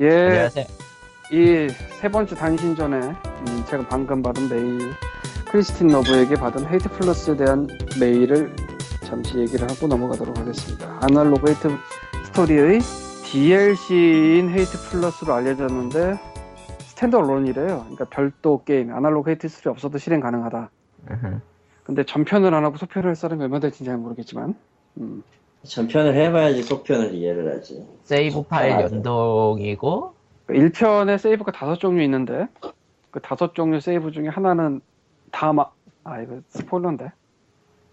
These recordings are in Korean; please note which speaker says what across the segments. Speaker 1: 예,
Speaker 2: 안녕하세요.
Speaker 1: 이 세 번째 단신 전에 음, 제가 방금 받은 메일, 크리스틴 러브에게 받은 헤이트 플러스에 대한 메일을 잠시 얘기를 하고 넘어가도록 하겠습니다. 아날로그 헤이트 스토리의 DLC인 헤이트 플러스로 알려졌는데 스탠드얼론이래요. 그러니까 별도 게임, 아날로그 헤이트 스토리 없어도 실행 가능하다.
Speaker 2: 으흠.
Speaker 1: 근데 전편을 안 하고 소편을 할 사람이 얼마나 될지 잘 모르겠지만, 음,
Speaker 3: 전편을 해봐야지 소편을 이해를 하지.
Speaker 2: 세이브 파일
Speaker 3: 아,
Speaker 2: 연동이고
Speaker 1: 1편에 세이브가 다섯 종류 있는데 그 다섯 종류 세이브 중에 하나는 다 막 아 이거 스포일러인데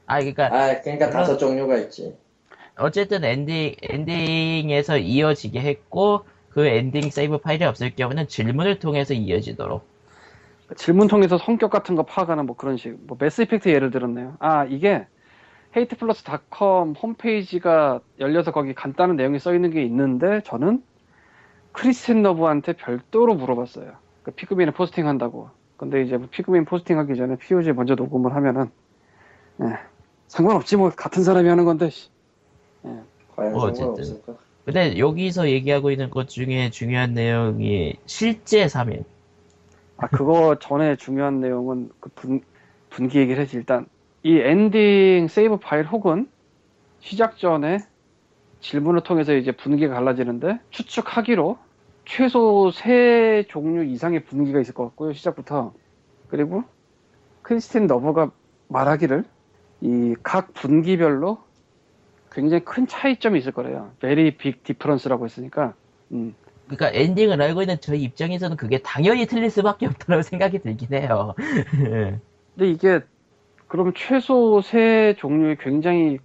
Speaker 2: 아 그러니까
Speaker 3: 아, 그러니까 다섯 종류가 있지.
Speaker 2: 어쨌든 엔딩 엔딩에서 이어지게 했고 그 엔딩 세이브 파일이 없을 경우는 질문을 통해서 이어지도록
Speaker 1: 질문 통해서 성격 같은 거 파악하는 뭐 그런 식 뭐 매스 이펙트 예를 들었네요 아 이게 헤이트플러스닷컴 홈페이지가 열려서 거기 간단한 내용이 써 있는 게 있는데 저는 크리스틴 러브한테 별도로 물어봤어요 그 피그민을 포스팅한다고 근데 이제 뭐 피그민 포스팅하기 전에 POG 먼저 녹음을 하면은 예, 상관없지 뭐 같은 사람이 하는 건데 씨.
Speaker 3: 과연
Speaker 2: 뭐 어쨌든.
Speaker 3: 상관없을까?
Speaker 4: 아,
Speaker 2: 근데 여기서 얘기하고 있는 것 중에 중요한 내용이 실제 3일
Speaker 1: 아 그거 전에 중요한 내용은 그 분, 분기 얘기를 해지 일단 이 엔딩 세이브 파일 혹은 시작 전에 질문을 통해서 이제 분기가 갈라지는데 추측하기로 최소 세 종류 이상의 분기가 있을 것 같고요 시작부터 그리고 크리스틴 너버가 말하기를 이 각 분기별로 굉장히 큰 차이점이 있을 거래요 very big difference라고 했으니까 음.
Speaker 2: 그러니까 엔딩을 알고 있는 저희 입장에서는 그게 당연히 틀릴 수밖에 없다고 생각이 들긴 해요
Speaker 1: 근데 이게 그럼 최소 세 종류의 굉장히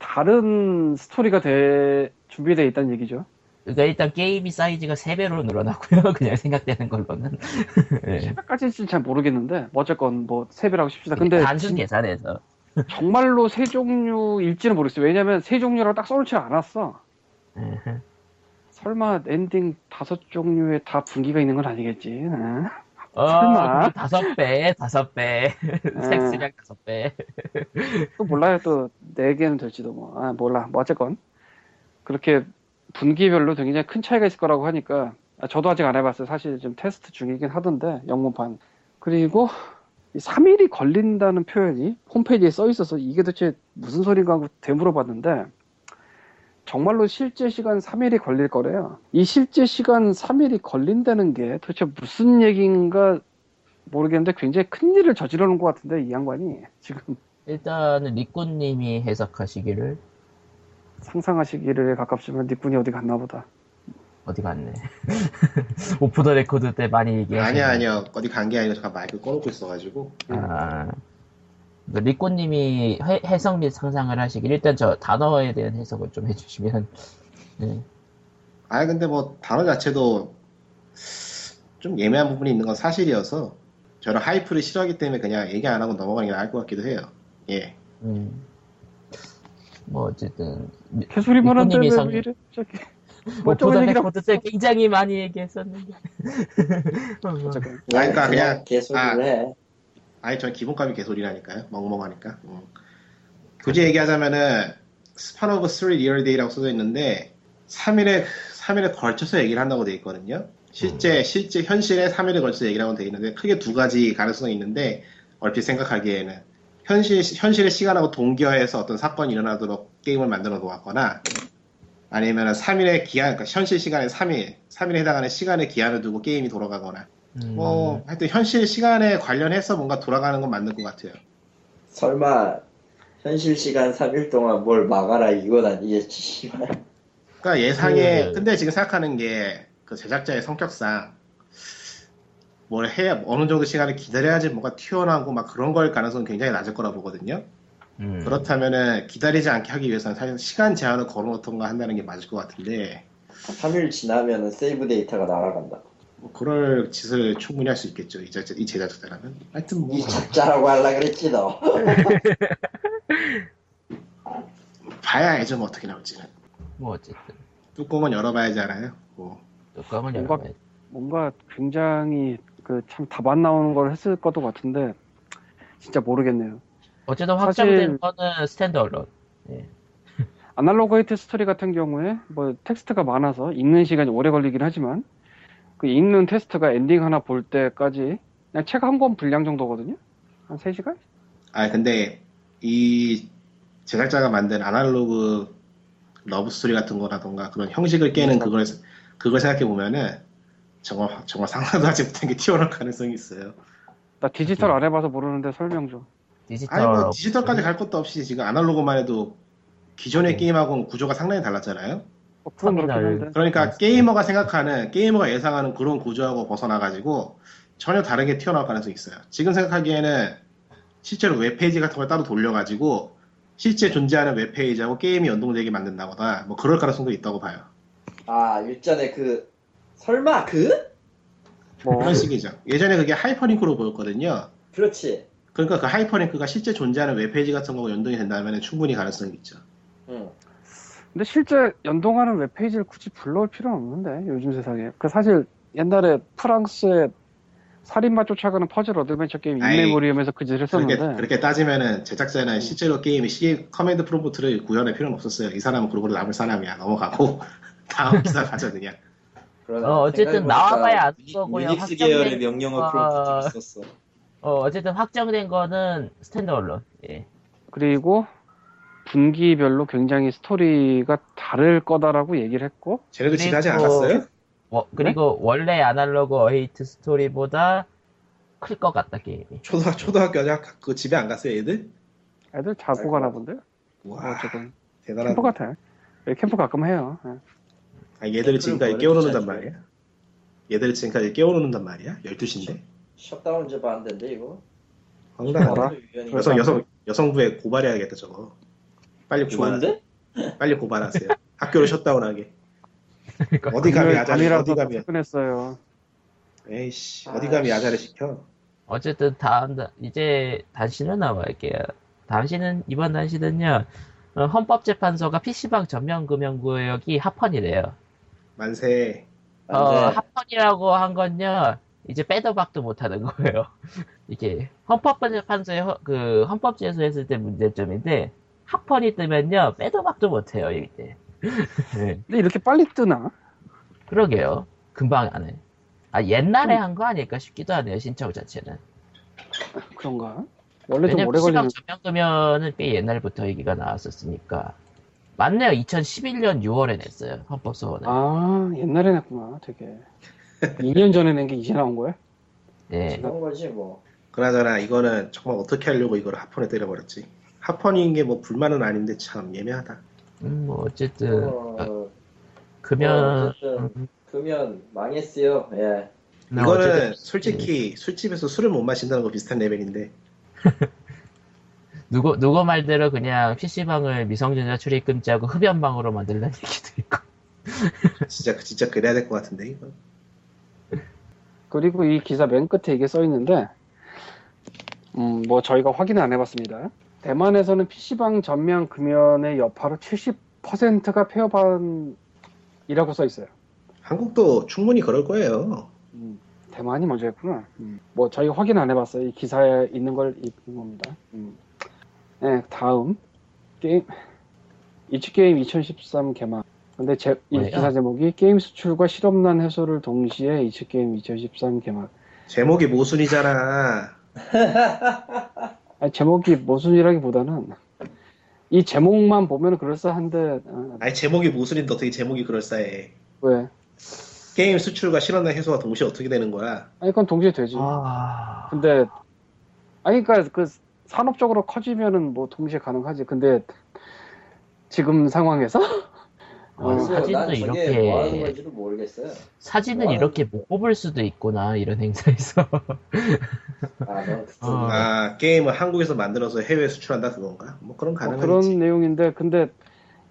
Speaker 1: 다른 스토리가 돼 준비되어 있다는 얘기죠.
Speaker 2: 그러니까 일단 게임이 사이즈가 3배로 늘어났고요 그냥 생각되는 걸로는 예.
Speaker 1: 시작까지는 잘 모르겠는데 뭐 어쨌건 뭐 세배라고 칩시다. 근데
Speaker 2: 네, 단순 계산해서
Speaker 1: 정말로 세 종류일지는 모르겠어요. 왜냐면 세 종류라고 딱 써놓지 않았어.
Speaker 2: 예.
Speaker 1: 설마 엔딩 다섯 종류에 다 분기가 있는 건 아니겠지. 응.
Speaker 2: 어,
Speaker 1: 설마? 어.
Speaker 2: 그거 다섯 배, 다섯 배, 섹스량 다섯 배.
Speaker 1: 또 몰라요. 또 네 개는 될지도 뭐. 아, 몰라. 뭐 어쨌건 그렇게 분기별로 굉장히 큰 차이가 있을 거라고 하니까 아, 저도 아직 안 해봤어요. 사실 좀 테스트 중이긴 하던데 영문판. 그리고 3일이 걸린다는 표현이 홈페이지에 써 있어서 이게 도대체 무슨 소린가 하고 되물어봤는데 정말로 실제 시간 3일이 걸릴 거래요. 이 실제 시간 3일이 걸린다는 게 도대체 무슨 얘기인가 모르겠는데 굉장히 큰 일을 저지르는 것 같은데 이 양반이 지금
Speaker 2: 일단은 리꾸님이 해석하시기를
Speaker 1: 상상하시기를 가깝지만 니꾼이 어디 갔나 보다.
Speaker 2: 어디 갔네. 오프 더 레코드 때 많이 얘기해.
Speaker 4: 아니야 아니야 어디 간 게 아니고 잠깐 마이크 꺼놓고 있어가지고
Speaker 2: 아, 그 리꾸님이 해- 해석 및 상상을 하시길 일단 저 단어에 대한 해석을 좀 해주시면 네.
Speaker 4: 아 근데 뭐 단어 자체도 좀 예매한 부분이 있는 건 사실이어서 저는 하이프를 싫어하기 때문에 그냥 얘기 안 하고 넘어가는 게 나을 것 같기도 해요 예
Speaker 2: 음. 뭐 어쨌든
Speaker 1: 개소리만 한데
Speaker 2: 니꾼님이
Speaker 1: 왜
Speaker 2: 성-
Speaker 1: 이래? 저기
Speaker 2: 오프 더
Speaker 1: 멀쩡한 뭐 얘기라고
Speaker 2: 레코드 때 굉장히 많이 얘기했었는데. 뭐,
Speaker 1: 어쨌건
Speaker 4: 아, 그러니까 그냥-
Speaker 3: 개소리를
Speaker 4: 아.
Speaker 3: 해.
Speaker 4: 아니 전 기본값이 개소리라니까요 멍멍하니까 음. 굳이 얘기하자면은 스판 오브 3 리얼 데이라고 써져 있는데 3일에 3일에 걸쳐서 얘기를 한다고 돼 있거든요 실제 실제 현실에 3일에 걸쳐서 얘기를 한다고 돼 있는데 크게 두 가지 가능성이 있는데 얼핏 생각하기에는 현실 현실의 시간하고 동기화해서 어떤 사건이 일어나도록 게임을 만들어 놓았거나 아니면 3일의 기한 그러니까 현실 시간의 3일 3일에 해당하는 시간의 기한을 두고 게임이 돌아가거나
Speaker 2: 음.
Speaker 4: 뭐 하여튼 현실 시간에 관련해서 뭔가 돌아가는 건 맞는 것 같아요.
Speaker 3: 설마 현실 시간 3일 동안 뭘 막아라 이건 아니겠지. 씨발.
Speaker 4: 그러니까 예상에
Speaker 2: 음.
Speaker 4: 근데 지금 생각하는 게 그 제작자의 성격상 뭘 해야 어느 정도 시간을 기다려야지 뭔가 튀어나오고 막 그런 걸 가능성은 굉장히 낮을 거라 보거든요.
Speaker 2: 음.
Speaker 4: 그렇다면은 기다리지 않게 하기 위해서는 사실 시간 제한을 걸어놓던가 한다는 게 맞을 것 같은데
Speaker 3: 3일 지나면 세이브 데이터가 날아간다.
Speaker 4: 뭐 그럴 짓을 충분히 할 수 있겠죠. 이, 제, 이 제작자라면 하여튼 뭐
Speaker 2: 음.
Speaker 3: 이 작자라고 하려 그랬지 너.
Speaker 4: 봐야 알죠 뭐 어떻게 나올지는
Speaker 2: 뭐 어쨌든
Speaker 4: 뚜껑은 열어봐야지 알아요. 뭐.
Speaker 2: 뚜껑을
Speaker 1: 뭔가-
Speaker 2: 열어봐야
Speaker 1: 뭔가 굉장히 그 참 답 안 나오는 걸 했을 것도 같은데 진짜 모르겠네요.
Speaker 2: 어쨌든
Speaker 1: 사실-
Speaker 2: 확정된 거는 스탠드얼론.
Speaker 1: 아 아날로그 헤이트 스토리 같은 경우에 뭐 텍스트가 많아서 읽는 시간이 오래 걸리긴 하지만 그 읽는 테스트가 엔딩 하나 볼 때까지 그냥 책 한 권 분량 정도거든요. 한 3시간?
Speaker 4: 아 근데 이 제작자가 만든 아날로그 러브 스토리 같은 거라던가 그런 형식을 깨는 그걸 그걸 생각해 보면은 정말 정말 상상도 하지 못한 게 튀어나올 가능성이 있어요.
Speaker 1: 나 디지털 안 해봐서 모르는데 설명 좀.
Speaker 2: 디지털
Speaker 4: 아니 뭐 디지털까지 갈 것도 없이 지금 아날로그만 해도 기존의
Speaker 2: 그렇죠. 네.
Speaker 4: 게임하고는 구조가 상당히 달랐잖아요.
Speaker 1: 어, 그건 그렇긴
Speaker 2: 터미널.
Speaker 1: 한데.
Speaker 4: 그러니까
Speaker 2: 맞습니다.
Speaker 4: 게이머가 생각하는 게이머가 예상하는 그런 구조하고 벗어나 가지고 전혀 다르게 튀어나올 가능성이 있어요. 지금 생각하기에는 실제로 웹페이지 같은 걸 따로 돌려가지고 실제 존재하는 웹페이지하고 게임이 연동되게 만든다거나 뭐 그럴 가능성도 있다고 봐요.
Speaker 3: 아 일전에 그 설마 그?
Speaker 1: 뭐,
Speaker 2: 어.
Speaker 4: 그런 식이죠. 예전에 그게 하이퍼링크로 보였거든요.
Speaker 3: 그렇지.
Speaker 4: 그러니까 그 하이퍼링크가 실제 존재하는 웹페이지 같은 거하고 연동이 된다면 충분히 가능성이 있죠.
Speaker 3: 응.
Speaker 1: 근데 실제 연동하는 웹페이지를 굳이 불러올 필요는 없는데, 요즘 세상에. 그 사실 옛날에 프랑스의 살인마 쫓아가는 퍼즐 어드벤처 게임
Speaker 4: 아이,
Speaker 1: 인메모리엄에서 그 짓을
Speaker 4: 그렇게,
Speaker 1: 했었는데.
Speaker 4: 그렇게 따지면은 제작자는 실제로 게임 시 커맨드 프롬프트를 구현할 필요는 없었어요. 이 사람은 그러고 남을 사람이야. 넘어가고 다음 기사 가자 그냥.
Speaker 3: 그러나
Speaker 2: 어, 어쨌든
Speaker 3: 생각해보니까
Speaker 2: 나와봐야 아는
Speaker 3: 유니-
Speaker 2: 거고요.
Speaker 3: 유닉스
Speaker 2: 확정된-
Speaker 3: 계열의 명령어
Speaker 2: 아.
Speaker 3: 프로젝트 있었어.
Speaker 2: 어, 어쨌든 확정된 거는 스탠드얼론. 예.
Speaker 1: 그리고 분기별로 굉장히 스토리가 다를 거다라고 얘기를 했고
Speaker 4: 쟤네도
Speaker 2: 그리고-
Speaker 4: 지나지 않았어요?
Speaker 2: 워-
Speaker 1: 네?
Speaker 2: 그리고 원래 아날로그 어헤이트 스토리보다 클 것 같다 게임이.
Speaker 4: 초등학, 초등학교 아직 학- 그 집에 안 갔어요 애들?
Speaker 1: 애들 자고
Speaker 3: 아이고.
Speaker 1: 가나 본데
Speaker 4: 와
Speaker 1: 어쨌든
Speaker 4: 대단한
Speaker 1: 캠프 같아 예, 캠프 가끔 해요 예.
Speaker 4: 아, 얘들을 지금까지
Speaker 3: 캠프를
Speaker 4: 깨워놓는단
Speaker 3: 보내주지
Speaker 4: 말이야? 얘들을 지금까지 깨워놓는단 말이야? 12시인데?
Speaker 3: 셧다운 제바 안 된대 이거. 그렇죠.
Speaker 4: 황당하다.
Speaker 1: 어라?
Speaker 3: 유연히.
Speaker 4: 여성, 여성, 여성부에 고발해야겠다 저거. 빨리 고발하세요.
Speaker 3: 좋은데?
Speaker 4: 빨리 고발하세요. 학교를 셧다운하게. 어디 감히
Speaker 1: 금요일
Speaker 4: 야자를 시켜,
Speaker 1: 밤이라서
Speaker 4: 어디
Speaker 1: 다
Speaker 4: 감히
Speaker 1: 퇴근했어요
Speaker 4: 에이씨
Speaker 3: 아,
Speaker 4: 어디 감히
Speaker 3: 씨.
Speaker 4: 야자를 시켜.
Speaker 2: 어쨌든 다음 단- 이제 단신은 나와있게요. 단신은 이번 단신은요. 어, 헌법재판소가 PC방 전면금연구역이 합헌이래요.
Speaker 4: 만세.
Speaker 3: 안
Speaker 2: 어,
Speaker 3: 돼.
Speaker 2: 합헌이라고 한 건요. 이제 빼도 박도 못하는 거예요. 이게 헌법재판소의 허- 그 헌법재소 했을 때 문제점인데 합헌이 뜨면요 빼도 박도 못해요 이때. 네,
Speaker 1: 근데 이렇게 빨리 뜨나?
Speaker 2: 그러게요. 금방 안 해. 아 옛날에
Speaker 1: 음.
Speaker 2: 한 거 아닐까 싶기도 하네요 신청 자체는.
Speaker 1: 그런가? 원래 좀
Speaker 2: 왜냐면
Speaker 1: 오래
Speaker 2: PC방
Speaker 1: 걸리는
Speaker 2: 전면금연은 꽤 옛날부터 얘기가 나왔었으니까. 맞네요. 2011년 6월에 냈어요. 헌법소원을.
Speaker 1: 아 옛날에 냈구나 되게 2년 전에 낸 게 이제 나온 거야?
Speaker 2: 네.
Speaker 3: 그런 거지 뭐.
Speaker 4: 그나저나 이거는 정말 어떻게 하려고 이걸 하폰에 때려버렸지. 하폰인 게 뭐 불만은 아닌데 참 예매하다.
Speaker 2: 음, 뭐 어쨌든
Speaker 3: 어, 어,
Speaker 2: 금연
Speaker 3: 어쨌든 금연 망했어요. 예.
Speaker 2: 네,
Speaker 4: 이거는
Speaker 2: 어쨌든- 네.
Speaker 4: 솔직히 술집에서 술을 못 마신다는 거 비슷한 레벨인데
Speaker 2: 누구 누구 말대로 그냥 PC방을 미성년자 출입금지하고 흡연방으로 만들라는 얘기도 있고.
Speaker 4: 진짜 진짜 그래야 될 것 같은데 이거.
Speaker 1: 그리고 이 기사 맨 끝에 이게 써 있는데, 음, 뭐 저희가 확인은 안 해봤습니다. 대만에서는 PC방 전면 금연의 여파로 70%가 폐업한이라고 써 있어요.
Speaker 4: 한국도 충분히 그럴 거예요.
Speaker 1: 음, 대만이 먼저 했구나. 음, 뭐 저희가 확인 안 해봤어요. 이 기사에 있는 걸 읽은 겁니다. 음. 네, 다음 게임 이츠 게임 2013 개막. 근데 제, 이
Speaker 2: 뭐예요?
Speaker 1: 기사 제목이 게임 수출과 실업난 해소를 동시에 이츠 게임 2013 개막.
Speaker 4: 제목이 모순이잖아.
Speaker 1: 아니, 제목이 모순이라기보다는 이 제목만 보면 그럴싸한데 아,
Speaker 4: 아니 제목이 모순인데 어떻게 제목이 그럴싸해.
Speaker 1: 왜?
Speaker 4: 게임 수출과 실현의 해소가 동시에 어떻게 되는 거야?
Speaker 1: 아니 그건 동시에 되지.
Speaker 2: 아.
Speaker 1: 근데 아니 그러니까 그 산업적으로 커지면은 뭐 동시에 가능하지. 근데 지금 상황에서 뭐 어,
Speaker 3: 그래서
Speaker 2: 아, 사진도
Speaker 3: 아, 난 저게
Speaker 2: 이렇게-
Speaker 3: 뭐 하는 건지도 뭐 모르겠어요.
Speaker 2: 사진은
Speaker 3: 와.
Speaker 2: 이렇게 못 뽑을 수도 있구나 이런 행사에서.
Speaker 3: 아, 넌 그쪽.
Speaker 2: 어.
Speaker 4: 아 게임을 한국에서 만들어서 해외 에 수출한다 그건가? 뭐
Speaker 2: 어,
Speaker 4: 그런
Speaker 1: 뭐
Speaker 4: 가능하지.
Speaker 1: 그런 내용인데 근데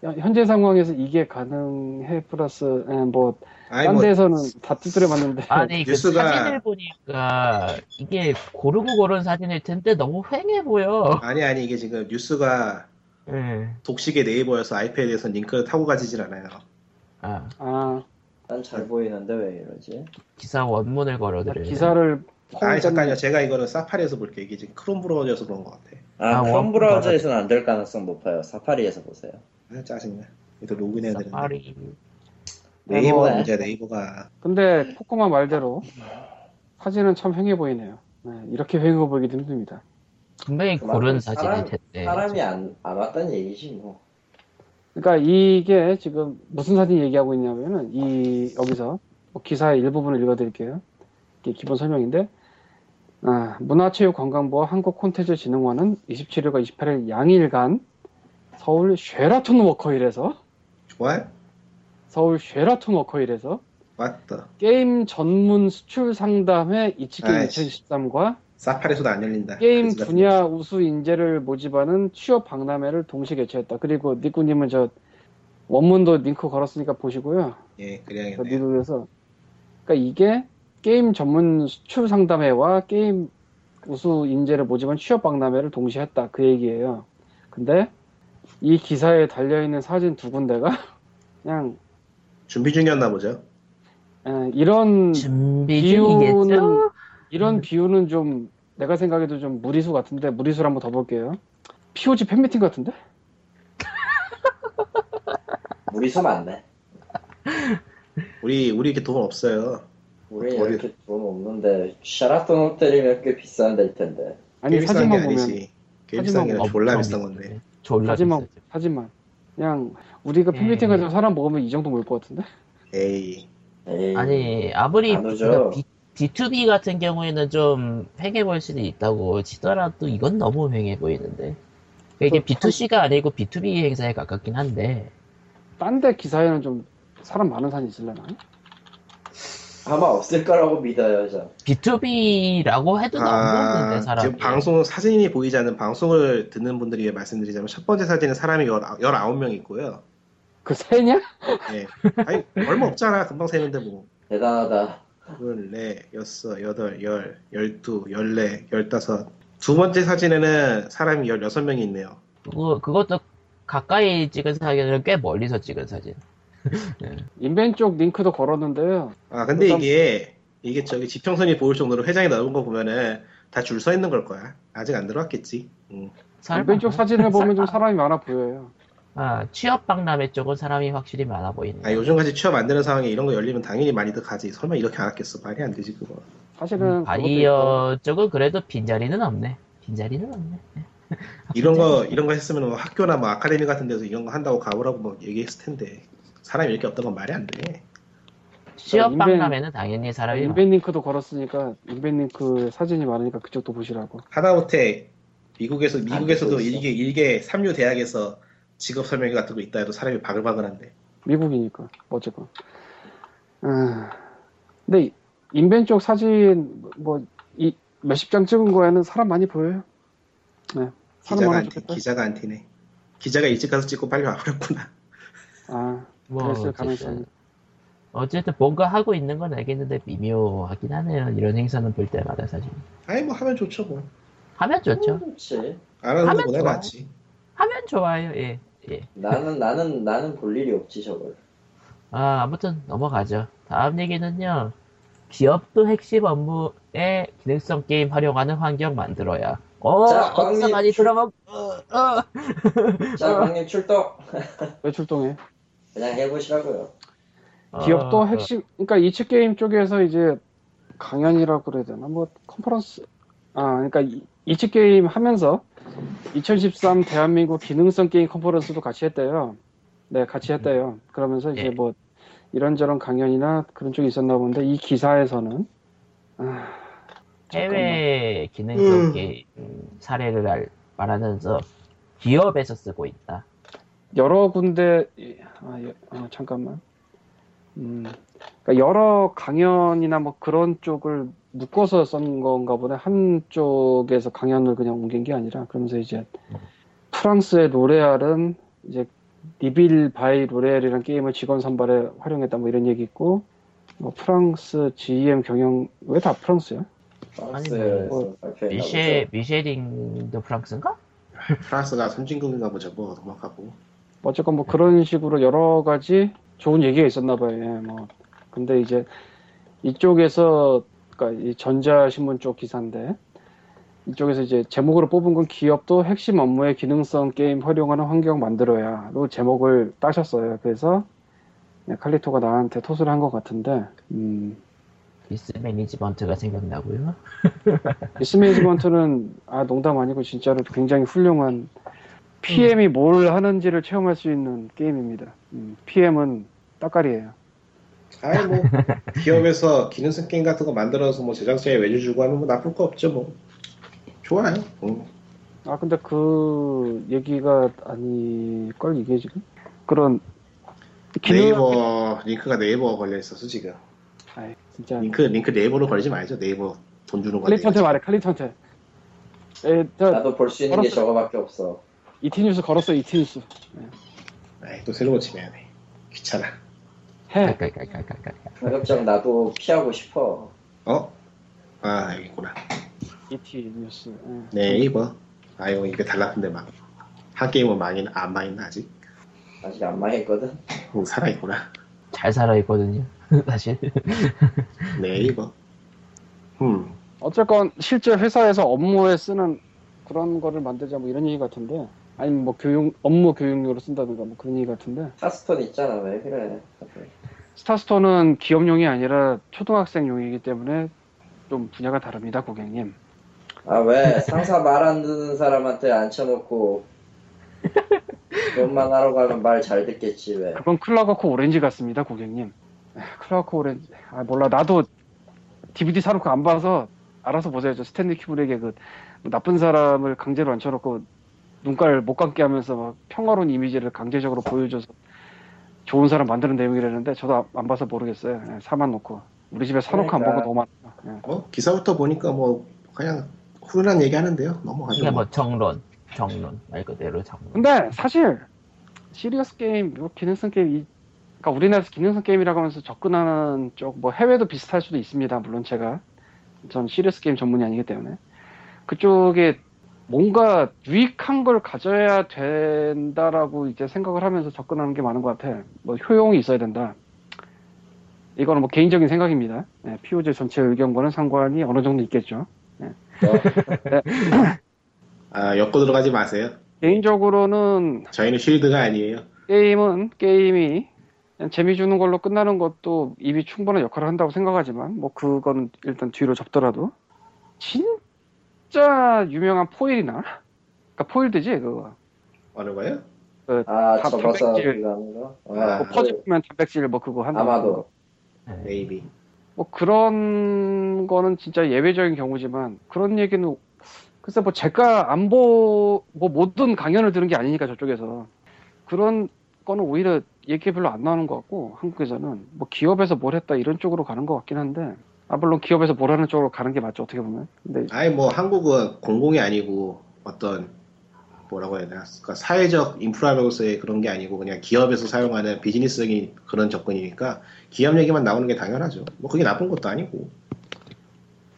Speaker 1: 야, 현재 상황에서 이게 가능해 플러스 예, 뭐딴
Speaker 4: 아니 뭐
Speaker 1: 데에서는 다 두드려 맞는데
Speaker 2: 아니 그
Speaker 4: 뉴스가-
Speaker 2: 사진을 보니까 이게 고르고 고른 사진일 텐데 너무 휑해 보여.
Speaker 4: 아니 아니 이게 지금 뉴스가
Speaker 2: 예.
Speaker 4: 독식의 네이버여서 아이패드에서 링크를 타고 가지질 않아요.
Speaker 1: 어,
Speaker 2: 아
Speaker 1: 아
Speaker 3: 난잘 보이는데 왜 이러지?
Speaker 2: 기사 원문을 걸어드려요.
Speaker 4: 아,
Speaker 1: 기사를
Speaker 4: 아니 잠깐요. 제가 이거는 사파리에서 볼게요. 이게 지금 크롬 브라우저에서 그런 것 같아.
Speaker 3: 아,
Speaker 2: 아,
Speaker 3: 크롬
Speaker 2: 원-
Speaker 3: 브라우저에서는 안 될 가능성 높아요. 사파리에서 보세요.
Speaker 4: 아, 짜증나. 이거 로그인해야 되는데.
Speaker 2: 사파리
Speaker 4: 네이버가
Speaker 1: 뭐
Speaker 3: 네이버네.
Speaker 4: 문제야, 네이버가.
Speaker 1: 근데 코코마 말대로 사진은 참 횡해 보이네요. 네, 이렇게 횡해 보이기도 힘듭니다.
Speaker 2: 분명히
Speaker 3: 그만큼
Speaker 2: 고른
Speaker 3: 사람-
Speaker 2: 사진일 텐데
Speaker 3: 사람이 안, 안 왔다는 얘기지 뭐.
Speaker 1: 그러니까 이게 지금 무슨 사진 얘기하고 있냐면은 이 여기서 뭐 기사의 일부분을 읽어드릴게요. 이게 기본 설명인데 아, 문화체육관광부와 한국콘텐츠진흥원은 27일과 28일 양일간 서울 쉐라톤 워커힐에서
Speaker 4: What?
Speaker 1: 서울 쉐라톤 워커힐에서
Speaker 4: What the?
Speaker 1: 게임 전문 수출 상담회 이치게임
Speaker 4: 아이씨.
Speaker 1: 2013과
Speaker 4: 사파리에서도 안 열린다.
Speaker 1: 게임
Speaker 4: 그래서
Speaker 1: 분야 우수 인재를 모집하는 취업 박람회를 동시 개최했다. 그리고 니꾸님은 저 원문도 링크 걸었으니까 보시고요.
Speaker 4: 예,
Speaker 1: 그
Speaker 4: 그래야겠네요.
Speaker 1: 미국에서 그러니까 이게 게임 전문 수출 상담회와 게임 우수 인재를 모집한 취업 박람회를 동시에 했다 그 얘기예요. 근데 이 기사에 달려 있는 사진 두 군데가 그냥
Speaker 4: 준비 중이었나 보죠.
Speaker 1: 에, 이런
Speaker 2: 준비
Speaker 1: 비유는-
Speaker 2: 중이겠죠?
Speaker 1: 이런 비유는 좀 내가 생각해도 좀 무리수 같은데 무리수를 한번 더 볼게요. POG 팬미팅 같은데?
Speaker 3: 무리수 많네.
Speaker 4: 우리 우리 이렇게 돈 없어요.
Speaker 3: 우리
Speaker 4: 머리-
Speaker 3: 이렇게 돈 없는데 샤라톤 호텔이면 꽤 비싼 데일 텐데.
Speaker 1: 아니
Speaker 4: 꽤 비싼
Speaker 1: 사진만
Speaker 4: 게
Speaker 1: 보면
Speaker 4: 아니지. 꽤 비싼 게
Speaker 1: 사진만
Speaker 4: 아니라
Speaker 1: 보면
Speaker 4: 네, 졸라
Speaker 2: 엄청
Speaker 4: 비싼
Speaker 2: 비싸죠.
Speaker 4: 건데.
Speaker 2: 졸라
Speaker 1: 사진만
Speaker 2: 비싸죠.
Speaker 1: 사진만 그냥 우리가
Speaker 2: 예.
Speaker 1: 팬미팅 가서 사람 모으면 이 정도 모일 것 같은데?
Speaker 4: 에이.
Speaker 3: 에이,
Speaker 2: 아니 아무리
Speaker 3: 안 오죠.
Speaker 2: 그러니까 B, B2B 같은 경우에는 좀 횡해 보일 수도 있다고 치더라도 이건 너무 횡해 보이는데 그러니까 이게
Speaker 1: 그
Speaker 2: B2C가 아니고 B2B 행사에 가깝긴 한데
Speaker 1: 딴 데 기사에는 좀 사람 많은 산이 있을려나?
Speaker 3: 아마 없을 거라고 믿어요, 저.
Speaker 2: B2B라고 해도 너무 없는데 사람
Speaker 4: 아, 지금 방송 사진이 보이지 않는 방송을 듣는 분들이 위해 말씀드리자면 첫 번째 사진은 사람이 19명 있고요.
Speaker 1: 그 세냐?
Speaker 4: 예. 아니 얼마 없잖아. 금방 세는데 뭐.
Speaker 3: 대단하다.
Speaker 4: 둘, 넷, 여섯, 여덟, 열, 열두, 열네, 열다섯. 두 번째 사진에는 사람이 16명이 있네요.
Speaker 2: 그거, 그것도 가까이 찍은 사진은 꽤 멀리서 찍은 사진
Speaker 1: 인벤 쪽 링크도 걸었는데요.
Speaker 4: 아 근데
Speaker 1: 그다음-
Speaker 4: 이게 이게 저기 지평선이 보일 정도로 회장이 나온 거 보면은 다 줄 서 있는 걸 거야. 아직 안 들어왔겠지. 음.
Speaker 2: 설마
Speaker 1: 인벤 쪽 사진을 보면 좀 사람이 많아 보여요.
Speaker 2: 아, 취업 박람회 쪽은 사람이 확실히 많아 보이네
Speaker 4: 아 요즘같이 취업 안 되는 상황에 이런 거 열리면 당연히 많이들 가지. 설마 이렇게 안 왔겠어. 말이 안 되지 그거.
Speaker 2: 음,
Speaker 1: 사실은 음, 그것도
Speaker 2: 바이어 쪽은 그래도 빈자리는 없네 빈자리는 없네
Speaker 4: 이런 거 이런 거 했으면 뭐 학교나 뭐 아카데미 같은 데서 이런 거 한다고 가보라고 뭐 얘기했을 텐데 사람이 이렇게 없던 건 말이 안 돼.
Speaker 2: 취업
Speaker 1: 그러니까 인벤-
Speaker 2: 박람회는 당연히
Speaker 1: 있고,
Speaker 2: 사람이 많아
Speaker 1: 인벤 링크도 걸었으니까 인벤 링크 사진이 많으니까 그쪽도 보시라고.
Speaker 4: 하다못해 미국에서 미국에서도
Speaker 3: 되고 있어.
Speaker 4: 일개 일개 삼류 대학에서 직업 설명회 같은 거 있다 해도 사람이 바글바글한데.
Speaker 1: 미국이니까 어쨌건. 아, 근데 이- 인벤 쪽 사진 뭐 이 몇십 장 찍은 거에는 사람 많이 보여요. 네, 사람
Speaker 4: 기자가
Speaker 1: 많아
Speaker 4: 안 튀,
Speaker 1: 좋겠다.
Speaker 4: 기자가 안 튀네. 기자가 일찍 가서 찍고 빨리 와버렸구나.
Speaker 1: 아,
Speaker 2: 뭐
Speaker 1: 그랬을
Speaker 2: 어쨌든.
Speaker 1: 가능성이.
Speaker 2: 어쨌든 뭔가 하고 있는 건 알겠는데 미묘하긴 하네요. 이런 행사는 볼 때마다 사실.
Speaker 4: 아니 뭐 하면 좋죠 뭐.
Speaker 2: 하면 좋죠.
Speaker 3: 그렇지.
Speaker 4: 안 하는
Speaker 2: 하면
Speaker 4: 거보다
Speaker 2: 좋아.
Speaker 4: 낫지.
Speaker 2: 하면 좋아요. 예. 예.
Speaker 3: 나는, 나는, 나는 볼 일이 없지, 저걸.
Speaker 2: 아, 아무튼 넘어가죠. 다음 얘기는요. 기업도 핵심 업무에 기능성 게임 활용하는 환경 만들어야. 어,
Speaker 3: 자,
Speaker 2: 어디서
Speaker 3: 광님
Speaker 2: 많이
Speaker 3: 출-
Speaker 2: 들어먹, 어, 어.
Speaker 3: 자, 광님 출동!
Speaker 1: 왜 출동해?
Speaker 2: 네.
Speaker 3: 그냥 해보시라고요.
Speaker 1: 기업도
Speaker 2: 어,
Speaker 1: 핵심, 그러니까 이츠 게임 쪽에서 이제 강연이라고 그래야 되나? 뭐 컨퍼런스, 아, 그러니까 이- 이츠 게임 하면서 2013 대한민국 기능성 게임 컨퍼런스도 같이 했대요. 네, 같이 했대요. 그러면서 이제
Speaker 2: 예.
Speaker 1: 뭐 이런저런 강연이나 그런 쪽이 있었나 본데 이 기사에서는 아,
Speaker 2: 해외 기능성
Speaker 4: 음.
Speaker 2: 게임 사례를 알- 말하면서 기업에서 쓰고 있다.
Speaker 1: 여러 군데 아, 여- 아, 잠깐만. 음, 그러니까 여러 강연이나 뭐 그런 쪽을 묶어서 쓴 건가 보네. 한 쪽에서 강연을 그냥 옮긴 게 아니라 그러면서 이제 프랑스의 로레알은 이제 니빌 바이 로레알이라는 게임을 직원 선발에 활용했다 뭐 이런 얘기 있고 뭐 프랑스 GM 경영 왜 다 프랑스야?
Speaker 3: 프랑스에서
Speaker 1: 뭐,
Speaker 3: 네, 발표했나
Speaker 2: 미쉐, 미쉐링도 프랑스인가?
Speaker 4: 프랑스가 선진국인가 보죠 뭐 도망가고.
Speaker 1: 어쨌건 뭐 그런 식으로 여러 가지 좋은 얘기가 있었나 봐요. 예, 뭐 근데 이제 이쪽에서 그러니까 이 전자신문 쪽 기사인데 이쪽에서 이제 제목으로 뽑은 건 기업도 핵심 업무의 기능성 게임 활용하는 환경 만들어야로 제목을 따셨어요. 그래서 그냥 칼리토가 나한테 토수를 한 것 같은데 음,
Speaker 2: 리스 매니지먼트가 생각나고요.
Speaker 1: 리스 매니지먼트는 아 농담 아니고 진짜로 굉장히 훌륭한 PM이 뭘 하는지를 체험할 수 있는 게임입니다. PM은 따까리예요.
Speaker 4: 아이 뭐 기업에서 기능성 게임 같은 거 만들어서 뭐 제작자에 외주 주고 하면 뭐 나쁠 거 없죠 뭐 좋아요. 음.
Speaker 1: 아 근데 그 얘기가 아닐걸 이게 지금 그런
Speaker 4: 네이버 링크가 네이버 걸려 있어서 지금
Speaker 1: 아 진짜
Speaker 4: 링크 링크 네이버로 걸지 말죠 네이버 돈 주는 거.
Speaker 1: 칼리토한테 말해 칼리토한테. 에,
Speaker 4: 아.
Speaker 1: 저
Speaker 3: 나도 볼 수 있는 게
Speaker 1: 알았어.
Speaker 3: 저거밖에 없어.
Speaker 1: 이티 뉴스 걸었어 이티 뉴스
Speaker 4: 아이 또 새로 고치면 해. 귀찮아. 네.
Speaker 1: 해.
Speaker 2: 깔깔깔깔깔깔.
Speaker 3: 가급적 나도 피하고 싶어.
Speaker 4: 어? 아 여기 있구나.
Speaker 1: ET E 뉴스. 예.
Speaker 4: 네이버. 아이고 입에 달라는데 막. 한 게임은 망인 안 망인 아직
Speaker 3: 아직 안 망했거든.
Speaker 4: 음, 살아 있구나.
Speaker 2: 잘 살아 있거든요. 사실.
Speaker 4: 네이버. 음.
Speaker 1: 어쨌건 실제 회사에서 업무에 쓰는 그런 거를 만들자 뭐 이런 얘기 같은데 아니면 뭐 교육 업무 교육용으로 쓴다든가 뭐 그런 얘기 같은데
Speaker 3: 카스톤 있잖아 왜 그래?
Speaker 1: 스타스톤은 기업용이 아니라 초등학생용이기 때문에 좀 분야가 다릅니다 고객님.
Speaker 3: 아 왜 상사 말 안 듣는 사람한테 앉혀놓고 그것만 하라고 하면 말 잘 듣겠지 왜?
Speaker 1: 그건 클라우코 오렌지 같습니다 고객님. 네, 클라우코 오렌지 아 몰라 나도 DVD 사놓고 안 봐서 알아서 보세요 저 스탠리 큐브릭의 그 나쁜 사람을 강제로 앉혀놓고 눈깔 못 감게 하면서 막 평화로운 이미지를 강제적으로 보여줘서 좋은 사람 만드는 내용이라는데 저도 안- 안 봐서 모르겠어요 예, 사만 놓고 우리 집에 사놓고 안
Speaker 3: 그러니까.
Speaker 1: 보고 너무 많아
Speaker 4: 어 기사부터 보니까 뭐 그냥 훈훈한 얘기하는데요. 넘어가죠.
Speaker 2: 그러니까
Speaker 4: 뭐.
Speaker 2: 뭐 정론, 정론 말 그대로 정론.
Speaker 1: 근데 사실 시리어스 게임, 뭐 기능성 게임, 이- 그러니까 우리나라에서 기능성 게임이라고 하면서 접근하는 쪽, 뭐 해외도 비슷할 수도 있습니다. 물론 제가 전 시리어스 게임 전문이 아니기 때문에 그쪽에 뭔가 유익한 걸 가져야 된다라고 이제 생각을 하면서 접근하는 게 많은 것 같아. 뭐 효용이 있어야 된다. 이거는 뭐 개인적인 생각입니다. 예, POG 전체 의견과는 상관이 어느 정도 있겠죠.
Speaker 3: 너
Speaker 4: 아 엮고 들어가지 마세요.
Speaker 1: 개인적으로는
Speaker 4: 저희는 쉴드가 아니에요.
Speaker 1: 게임은 게임이 그냥 재미 주는 걸로 끝나는 것도 입이 충분한 역할을 한다고 생각하지만 뭐 그거는 일단 뒤로 접더라도 진짜 유명한 포일이나 그러니까 포일드지 그거
Speaker 4: 어느 거예요?
Speaker 3: 아
Speaker 1: 다
Speaker 3: 접어서
Speaker 1: 단백질.
Speaker 3: 그거 하는 거?
Speaker 4: 아,
Speaker 1: 뭐
Speaker 3: 아,
Speaker 1: 퍼즐 보면 단백질 뭐 그거 한다
Speaker 3: 아마도
Speaker 2: 네.
Speaker 4: 네이비.
Speaker 1: 뭐 그런 거는 진짜 예외적인 경우지만 그런 얘기는 글쎄 뭐 제가 안보 뭐 모든 강연을 들은 게 아니니까 저쪽에서 그런 거는 오히려 얘기 별로 안 나오는 것 같고 한국에서는 뭐 기업에서 뭘 했다 이런 쪽으로 가는 것 같긴 한데 아 물론 기업에서 뭘 하는 쪽으로 가는 게 맞죠 어떻게 보면 근데
Speaker 4: 아니 뭐 한국은 공공이 아니고 어떤 뭐라고 해야 되나 그러니까 사회적 인프라로서의 그런 게 아니고 그냥 기업에서 사용하는 비즈니스적인 그런 접근이니까 기업 얘기만 나오는 게 당연하죠. 뭐 그게 나쁜 것도 아니고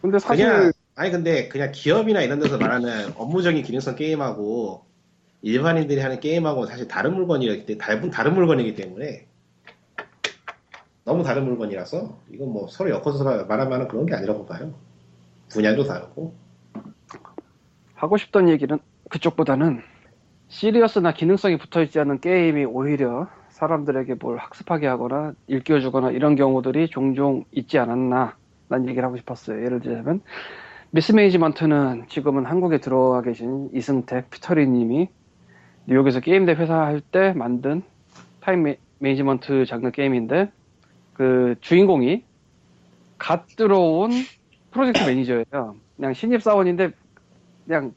Speaker 1: 근데 사실
Speaker 4: 그냥 아니 근데 그냥 기업이나 이런 데서 말하는 업무적인 기능성 게임하고 일반인들이 하는 게임하고 사실 다른 물건이기 때문에 다른, 다른 물건이기 때문에 너무 다른 물건이라서 이건 뭐 서로 엮어서 말하면 그런 게 아니라고 봐요. 분야도 다르고
Speaker 1: 하고 싶던 얘기는 그쪽보다는 시리어스나 기능성이 붙어있지 않은 게임이 오히려 사람들에게 뭘 학습하게 하거나 일깨워주거나 이런 경우들이 종종 있지 않았나 난 얘기를 하고 싶었어요. 예를 들자면 미스 매니지먼트는 지금은 한국에 들어와 계신 이승택, 피터리 님이 뉴욕에서 게임대 회사 할 때 만든 타임 매- 매니지먼트 장르 게임인데 그 주인공이 갓 들어온 프로젝트 매니저예요. 그냥 신입 사원인데 그냥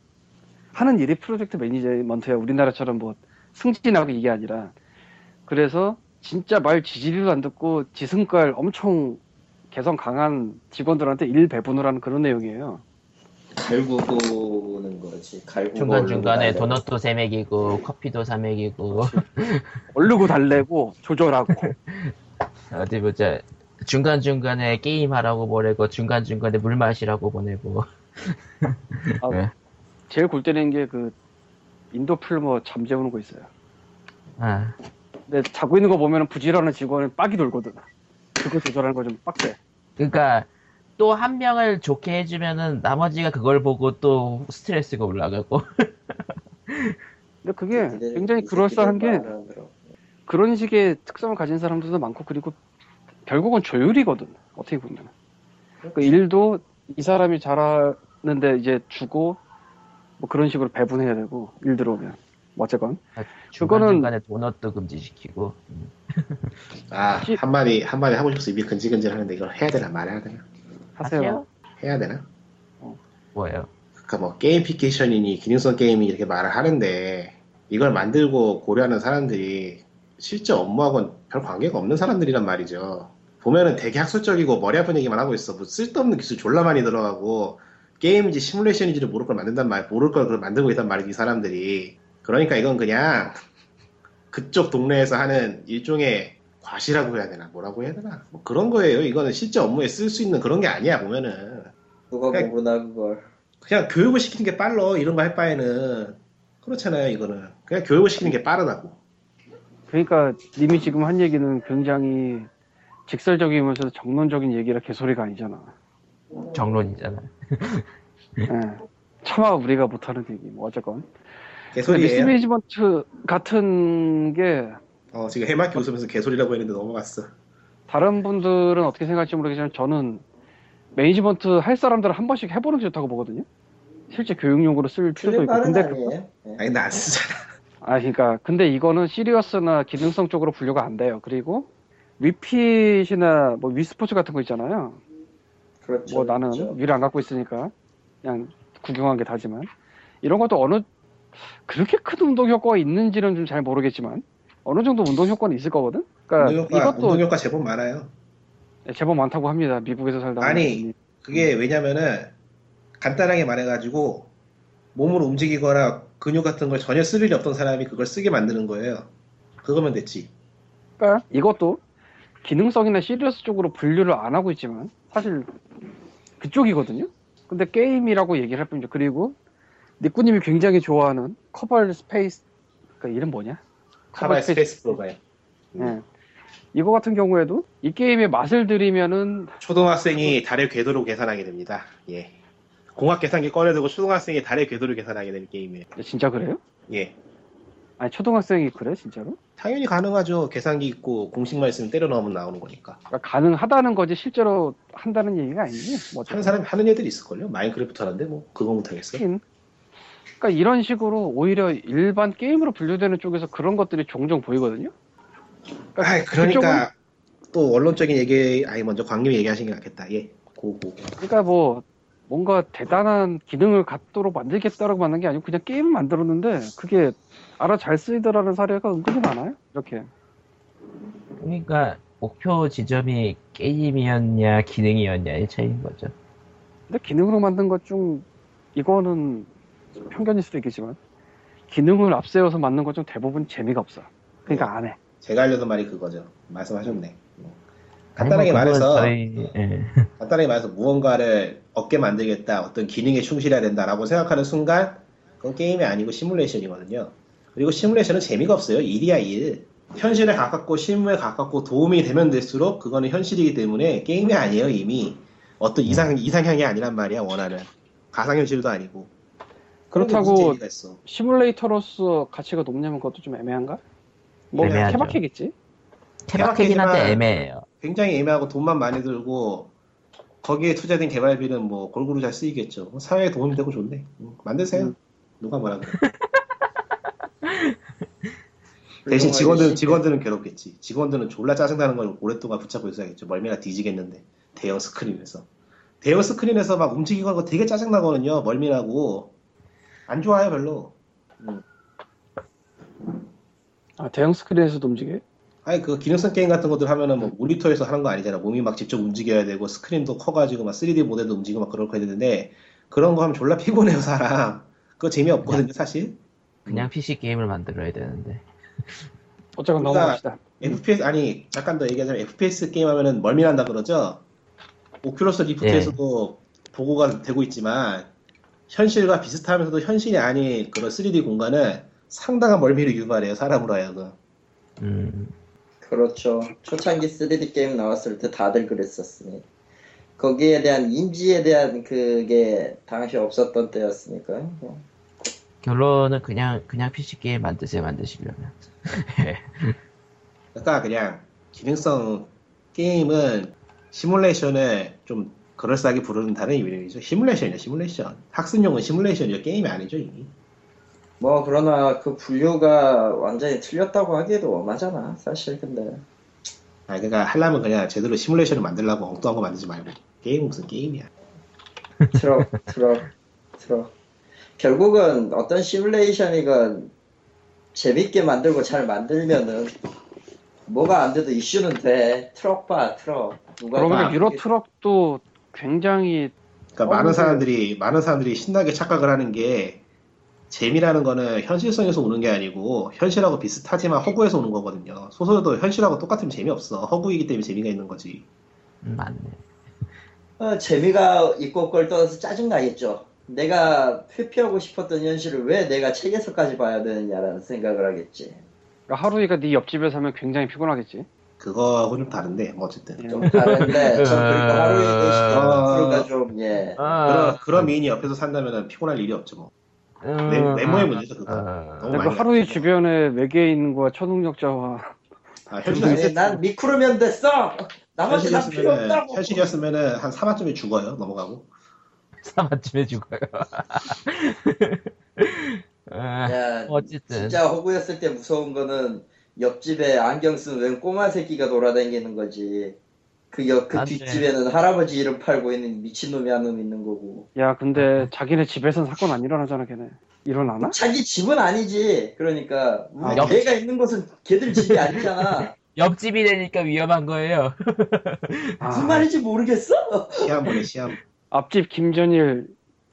Speaker 1: 하는 일이 프로젝트 매니지먼트야. 우리나라처럼 뭐 승진하고 이게 아니라. 그래서 진짜 말 지지리도 안 듣고 지승깔 엄청 개성 강한 직원들한테 일 배분을 하는 그런 내용이에요.
Speaker 3: 갈구는 거지. 갈구고
Speaker 2: 중간 중간에
Speaker 3: 올리고 날려.
Speaker 2: 도넛도 세맥이고 커피도 사맥이고
Speaker 1: 얼르고 달래고 조절하고
Speaker 2: 어디 보자 중간 중간에 게임하라고 보내고 중간 중간에 물 마시라고 보내고
Speaker 1: 제일 골 때리는 게 그 인도 풀머 뭐 잠재우는 거 있어요.
Speaker 2: 아
Speaker 1: 근데 자고 있는 거 보면 부지런한 직원은 빡이 돌거든. 그거 조절하는 거 좀 빡세.
Speaker 2: 그러니까 또 한 명을 좋게 해주면은 나머지가 그걸 보고 또 스트레스가 올라가고
Speaker 1: 근데 그게
Speaker 3: 근데
Speaker 1: 굉장히
Speaker 3: 이
Speaker 1: 그럴싸한
Speaker 3: 새끼들
Speaker 1: 게
Speaker 3: 말하는 대로.
Speaker 1: 그런 식의 특성을 가진 사람들도 많고 그리고 결국은 조율이거든 어떻게 보면
Speaker 4: 그렇죠.
Speaker 1: 그 일도 이 사람이 잘하는데 이제 주고 뭐 그런 식으로 배분해야 되고 일 들어오면 뭐 어쨌건
Speaker 2: 중간중간에 도넛도 금지시키고 음.
Speaker 4: 아
Speaker 1: 혹시-
Speaker 4: 한마디 한마디 하고 싶어서 입이 근질근질하는데 이걸 해야 되나 말아야 되나
Speaker 1: 하세요,
Speaker 4: 해야 되나?
Speaker 2: 뭐예요?
Speaker 4: 그러니까 뭐 게임피케이션이니 기능성 게임이 이렇게 말을 하는데 이걸 만들고 고려하는 사람들이 실제 업무하고는 별 관계가 없는 사람들이란 말이죠. 보면은 되게 학술적이고 머리 아픈 얘기만 하고 있어. 뭐 쓸데없는 기술 졸라 많이 들어가고 게임인지 시뮬레이션인지를 모를 걸 만든단 말, 모를 걸 그걸 만들고 있단 말이지 이 사람들이. 그러니까 이건 그냥 그쪽 동네에서 하는 일종의 과시라고 해야 되나 뭐라고 해야 되나 뭐 그런 거예요. 이거는 실제 업무에 쓸 수 있는 그런 게 아니야 보면은.
Speaker 3: 누가
Speaker 4: 그냥-
Speaker 3: 공부나 그걸
Speaker 4: 그냥 교육을 시키는 게 빨라 이런 거 할 바에는 그렇잖아요 이거는 그냥 교육을 시키는 게 빠르다고
Speaker 1: 그러니까 님이 지금 한 얘기는 굉장히 직설적이면서 정론적인 얘기라 개소리가 아니잖아
Speaker 2: 정론이잖아.
Speaker 4: 음.
Speaker 1: 예. 차마 우리가 못하는 얘기 뭐 어쨌건
Speaker 4: 개소리예요
Speaker 1: 미스매니지먼트 같은 게
Speaker 4: 어, 지금 해맑게 웃으면서 개소리라고 했는데 넘어갔어
Speaker 1: 다른 분들은 어떻게 생각할지 모르겠지만 저는 매니지먼트 할 사람들은 한 번씩 해보는 게 좋다고 보거든요. 실제 교육용으로 쓸 필요도
Speaker 3: 틀린
Speaker 1: 있고.
Speaker 3: 말은
Speaker 1: 근데 그-
Speaker 3: 아니에요 예.
Speaker 4: 아니 나안 쓰잖아
Speaker 1: 아 그러니까 근데 이거는 시리어스나 기능성 쪽으로 분류가 안 돼요. 그리고 위핏이나 뭐 위스포츠 같은 거 있잖아요.
Speaker 3: 그렇죠
Speaker 1: 뭐 나는
Speaker 3: 그렇죠.
Speaker 1: 위를 안 갖고 있으니까 그냥 구경한 게 다지만 이런 것도 어느 그렇게 큰 운동 효과가 있는지는 좀 잘 모르겠지만 어느 정도 운동 효과는 있을 거거든. 그러니까
Speaker 4: 운동효과,
Speaker 1: 이것도
Speaker 4: 운동효과 제법 많아요
Speaker 1: 제법 많다고 합니다. 미국에서 살다 보니.
Speaker 4: 아니, 그게 왜냐면은 간단하게 말해가지고 몸을 움직이거나 근육 같은 걸 전혀 쓸 일이 없던 사람이 그걸 쓰게 만드는 거예요 그거면 됐지
Speaker 1: 그러니까 이것도 기능성이나 시리어스 쪽으로 분류를 안 하고 있지만 사실 그쪽이거든요. 근데 게임이라고 얘기를 할 뿐이죠. 그리고 니꾸님이 굉장히 좋아하는 커벌 스페이스 그 이름 뭐냐?
Speaker 4: 카바의 스페이스 프로그램
Speaker 1: 예. 이거 같은 경우에도 이 게임의 맛을 들이면은
Speaker 4: 초등학생이 달의 궤도로 계산하게 됩니다 예 공학 계산기 꺼내들고 초등학생이 달의 궤도를 계산하게 되는 게임이에요
Speaker 1: 진짜 그래요?
Speaker 4: 예
Speaker 1: 아니 초등학생이 그래 진짜로?
Speaker 4: 당연히 가능하죠. 계산기 있고 공식만 있으면 때려 넣으면 나오는 거니까.
Speaker 1: 그러니까 가능하다는 거지 실제로 한다는 얘기가 아니지. 뭐 어쨌든.
Speaker 4: 하는 사람이 하는 애들이 있을걸요. 마인크래프트 하는데 뭐 그거 못하겠어요.
Speaker 1: 스킨. 그러니까 이런 식으로 오히려 일반 게임으로 분류되는 쪽에서 그런 것들이 종종 보이거든요.
Speaker 4: 아, 그러니까 또 원론적인 얘기 아니 먼저 광님 얘기하신 게 낫겠다. 예. 고고.
Speaker 1: 그러니까 뭐 뭔가 대단한 기능을 갖도록 만들겠다라고 만든 게 아니고 그냥 게임 만들었는데 그게 알아 잘 쓰이더라는 사례가 은근히 많아요. 이렇게
Speaker 2: 그러니까 목표 지점이 게임이었냐 기능이었냐의 차이인 거죠.
Speaker 1: 근데 기능으로 만든 것 중 이거는 편견일 수도 있겠지만 기능을 앞세워서 만든 것 중 대부분 재미가 없어. 그러니까 안 해.
Speaker 4: 제가 알려던 말이 그거죠. 말씀하셨네. 뭐.
Speaker 2: 아니,
Speaker 4: 간단하게
Speaker 2: 뭐 그건
Speaker 4: 말해서
Speaker 2: 저희 예.
Speaker 4: 간단하게 말해서 무언가를 얻게 만들겠다. 어떤 기능에 충실해야 된다라고 생각하는 순간 그건 게임이 아니고 시뮬레이션이거든요. 그리고 시뮬레이션은 재미가 없어요. 일이야 일. 현실에 가깝고 실무에 가깝고 도움이 되면 될수록 그거는 현실이기 때문에 게임이 아니에요 이미. 어떤 이상 이상향이 아니란 말이야 원하는. 가상현실도 아니고. 그런 게 무슨
Speaker 1: 그렇다고-
Speaker 4: 재미가 있어.
Speaker 1: 시뮬레이터로서 가치가 높냐면 그것도 좀 애매한가? 뭐
Speaker 2: 애매하죠.
Speaker 1: 케바케겠지.
Speaker 2: 케바케긴
Speaker 4: 케바케지만-
Speaker 2: 한데 애매해요.
Speaker 4: 굉장히 애매하고 돈만 많이 들고 거기에 투자된 개발비는 뭐 골고루 잘 쓰이겠죠. 사회에 도움이 되고 좋네. 음, 만드세요.
Speaker 1: 음.
Speaker 4: 누가 뭐라 그래.
Speaker 3: 훌륭한
Speaker 4: 대신 직원들,
Speaker 3: 일이지.
Speaker 4: 직원들은 괴롭겠지. 직원들은 졸라 짜증나는 걸 오랫동안 붙잡고 있어야겠죠. 멀미나 뒤지겠는데. 대형 스크린에서. 대형 스크린에서 막 움직이고 하는 거 되게 짜증나거든요. 멀미나고. 안 좋아요, 별로.
Speaker 1: 아, 대형 스크린에서도 움직여?
Speaker 4: 아니, 그 기능성 게임 같은 것들 하면은 뭐 모니터에서 하는 거 아니잖아. 몸이 막 직접 움직여야 되고, 스크린도 커가지고, 막 3D 모델도 움직이고, 막 그럴 거 했는데, 그런 거 하면 졸라 피곤해요, 사람. 그거 재미없거든요, 사실. 음.
Speaker 2: 그냥 PC 게임을 만들어야 되는데.
Speaker 1: 어쨌건
Speaker 4: 우리가-
Speaker 1: 넘어갑시다.
Speaker 4: FPS 아니 잠깐 더 얘기하자면 FPS 게임 하면은 멀미난다 그러죠. 오큘러스 리프트에서도 보고가 되고 있지만 현실과 비슷하면서도 현실이 아닌 그런 3D 공간은 상당한 멀미를 유발해요 사람으로 하여금.
Speaker 2: 음.
Speaker 3: 그렇죠 초창기 3D 게임 나왔을 때 다들 그랬었으니 거기에 대한 인지에 대한 그게 당시 없었던 때였으니까 뭐.
Speaker 2: 결론은 그냥 그냥 PC 게임 만드세요 만드시려면. 예.
Speaker 4: 그러니까 그냥 기능성 게임은 시뮬레이션을 좀 그럴싸하게 부르는 다른 이름이죠. 시뮬레이션이죠, 시뮬레이션. 학습용은 시뮬레이션이죠. 게임이 아니죠, 이미.
Speaker 3: 뭐 그러나 그 분류가 완전히 틀렸다고 하기에도 원하잖아 사실 근데
Speaker 4: 아, 그러니까 하려면 그냥 제대로 시뮬레이션을 만들려고 엉뚱한 거 만들지 말고. 게임은 무슨 게임이야.
Speaker 3: 들어 들어 들어 결국은 어떤 시뮬레이션이건 재밌게 만들고 잘 만들면은 뭐가 안 돼도 이슈는 돼 트럭 봐 트럭 누가 뭐 봐.
Speaker 4: 그러고 봐.
Speaker 1: 그러면 유로 트럭도 굉장히
Speaker 4: 그러니까
Speaker 3: 어,
Speaker 4: 많은
Speaker 3: 근데-
Speaker 4: 사람들이 많은 사람들이 신나게 착각을 하는 게 재미라는 거는 현실성에서 오는 게 아니고 현실하고 비슷하지만 허구에서 오는 거거든요. 소설도 현실하고 똑같으면 재미없어. 허구이기 때문에 재미가 있는 거지.
Speaker 2: 음, 맞네.
Speaker 3: 어, 재미가 있고 없고를 떠나서 짜증 나겠죠 내가 회피하고 싶었던 현실을 왜 내가 책에서까지 봐야 되느냐라는 생각을 하겠지
Speaker 1: 그러니까 하루이가 네 옆집에 사면 굉장히 피곤하겠지.
Speaker 4: 그거하고 좀 다른데 뭐 어쨌든
Speaker 1: 예.
Speaker 3: 좀 다른데 전 그러니까 하루에도
Speaker 4: 아.
Speaker 3: 시간가 좀예
Speaker 4: 그런
Speaker 2: 아,
Speaker 4: 그런 미인이 옆에서 산다면 피곤할 일이 없죠 뭐. 외-
Speaker 2: 음,
Speaker 4: 외모의
Speaker 2: 아,
Speaker 4: 문제죠, 그거.
Speaker 2: 아,
Speaker 4: 너무
Speaker 1: 근데 그
Speaker 4: 많이
Speaker 1: 하루이
Speaker 4: 봤죠.
Speaker 1: 주변에 외계인과 초능력자와
Speaker 4: 아,
Speaker 3: 아니,
Speaker 4: 현실이었으면
Speaker 3: 난 미크로면 됐어 나머지 난 필요
Speaker 4: 현실이었으면
Speaker 3: 없다고
Speaker 4: 현실이었으면은 한 3화쯤에 죽어요 넘어가고.
Speaker 2: 사만쯤 해주고요. 아,
Speaker 3: 야,
Speaker 2: 어쨌든
Speaker 3: 진짜 허구였을 때 무서운 거는 옆집에 안경 쓴 웬 꼬마 새끼가 돌아다니는 거지. 그 옆, 그
Speaker 2: 안 돼.
Speaker 3: 뒷집에는 할아버지 이름 팔고 있는 미친놈이 한 놈 있는 거고.
Speaker 1: 야 근데 자기네 집에선 사건 안 일어나잖아 걔네.
Speaker 4: 뭐?
Speaker 1: 일어나나?
Speaker 3: 자기 집은 아니지. 그러니까 우리
Speaker 1: 아,
Speaker 2: 옆-
Speaker 3: 걔가 있는 곳은 걔들 집이 아니잖아.
Speaker 2: 옆집이 되니까 위험한 거예요.
Speaker 3: 무슨
Speaker 1: 아,
Speaker 3: 말인지 모르겠어?
Speaker 4: 시한보네 시한.
Speaker 1: 앞집 김전일,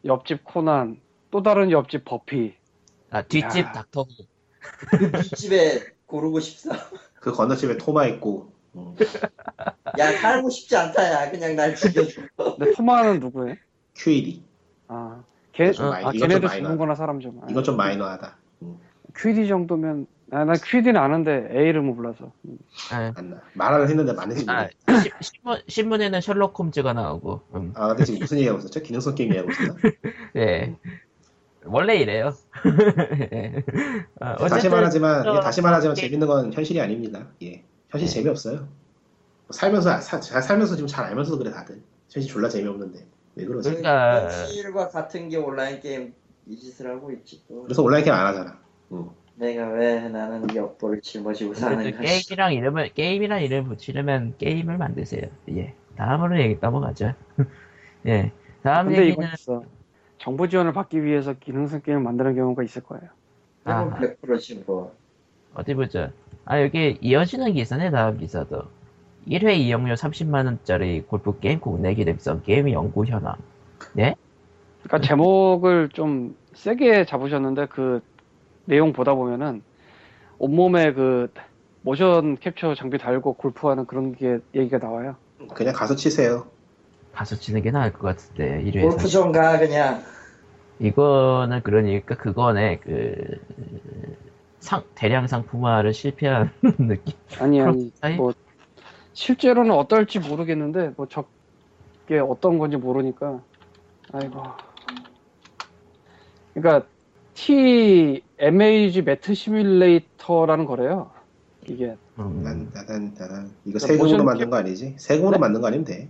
Speaker 1: 옆집 코난, 또 다른 옆집 버피.
Speaker 2: 아, 뒷집
Speaker 1: 야.
Speaker 2: 닥터 후.
Speaker 3: 그 뒷집에 고르고 싶어.
Speaker 4: 그 건너집에 토마 있고. 음.
Speaker 3: 야, 살고 싶지 않다, 야. 그냥 날 죽여줘.
Speaker 1: 근데 토마는 누구예요?
Speaker 4: QED.
Speaker 1: 아, 걔,
Speaker 4: 좀 마이-
Speaker 1: 아
Speaker 4: 이건 좀
Speaker 1: 걔네도
Speaker 4: 마이너하다.
Speaker 1: 죽는거나 사람 좀. 아,
Speaker 4: 이건 좀 마이너하다. 음,
Speaker 1: 퀴디 정도면 아, 나 퀴디는 아는데 A 이름을 몰라서.
Speaker 2: 아,
Speaker 4: 안 나. 말을 했는데 맞는지 모르겠.
Speaker 2: 아, 시- 신문, 신문에는 셜록 홈즈가 나오고. 음,
Speaker 4: 아 근데 지금 무슨 얘기하고 있었죠? 기능성 게임 얘기하고 있었나?
Speaker 2: 네. 원래 이래요. 예. 아,
Speaker 4: 다시
Speaker 2: 어쨌든
Speaker 4: 말하지만
Speaker 2: 어,
Speaker 4: 예, 다시 말하지만
Speaker 2: 예.
Speaker 4: 재밌는 건 현실이 아닙니다. 예, 현실
Speaker 2: 네.
Speaker 4: 재미없어요. 뭐 살면서 사- 잘 살면서 지금 잘 알면서 그래 다들 현실 졸라 재미없는데 왜 그러세요?
Speaker 2: 그러니까
Speaker 3: 현실과 같은 게 온라인 게임 이 짓을 하고 있지 또.
Speaker 4: 그래서 온라인 게임 안 하잖아. 음.
Speaker 3: 내가 왜 나는 역보를 짊어지고 사는
Speaker 2: 어쨌든
Speaker 3: 거지.
Speaker 2: 게임이랑 이름을 게임이랑 이름 을 붙이려면 게임을 만드세요. 예. 다음으로 얘기 넘어가죠. 예. 다음
Speaker 1: 근데
Speaker 2: 얘기는
Speaker 1: 이건 있어. 정부 지원을 받기 위해서 기능성 게임을 만드는 경우가 있을 거예요.
Speaker 3: 그럼
Speaker 2: 아.
Speaker 3: 100%지 뭐.
Speaker 2: 어디 보자. 아 여기 이어지는 기사네 다음 기사도. 1회 이용료 30만원짜리 골프 게임 국내 기립성 게임 연구 현황.
Speaker 1: 그러니까 제목을 좀 세게 잡으셨는데 그 내용 보다 보면은 온몸에 그 모션 캡처 장비 달고 골프하는 그런 게 얘기가 나와요.
Speaker 2: 음.
Speaker 4: 그냥 가서 치세요.
Speaker 2: 가서 치는 게 나을 것 같은데 1회에
Speaker 3: 골프 좀 가 그냥.
Speaker 2: 이거는 그러니까 그거네 그 상, 대량 상품화를 실패한 느낌.
Speaker 1: 아니 아니
Speaker 2: 아니.
Speaker 1: 뭐 실제로는 어떨지 모르겠는데 뭐 저게 어떤 건지 모르니까 아이고 그러니까 TMAG 매트 시뮬레이터라는 거래요 이게
Speaker 2: 음,
Speaker 4: 난, 난, 난, 난. 이거
Speaker 1: 그러니까
Speaker 2: 아,
Speaker 4: 세금으로
Speaker 1: 모션
Speaker 4: 만든 거 아니지? 세금으로
Speaker 1: 네?
Speaker 4: 만든 거 아니면 돼.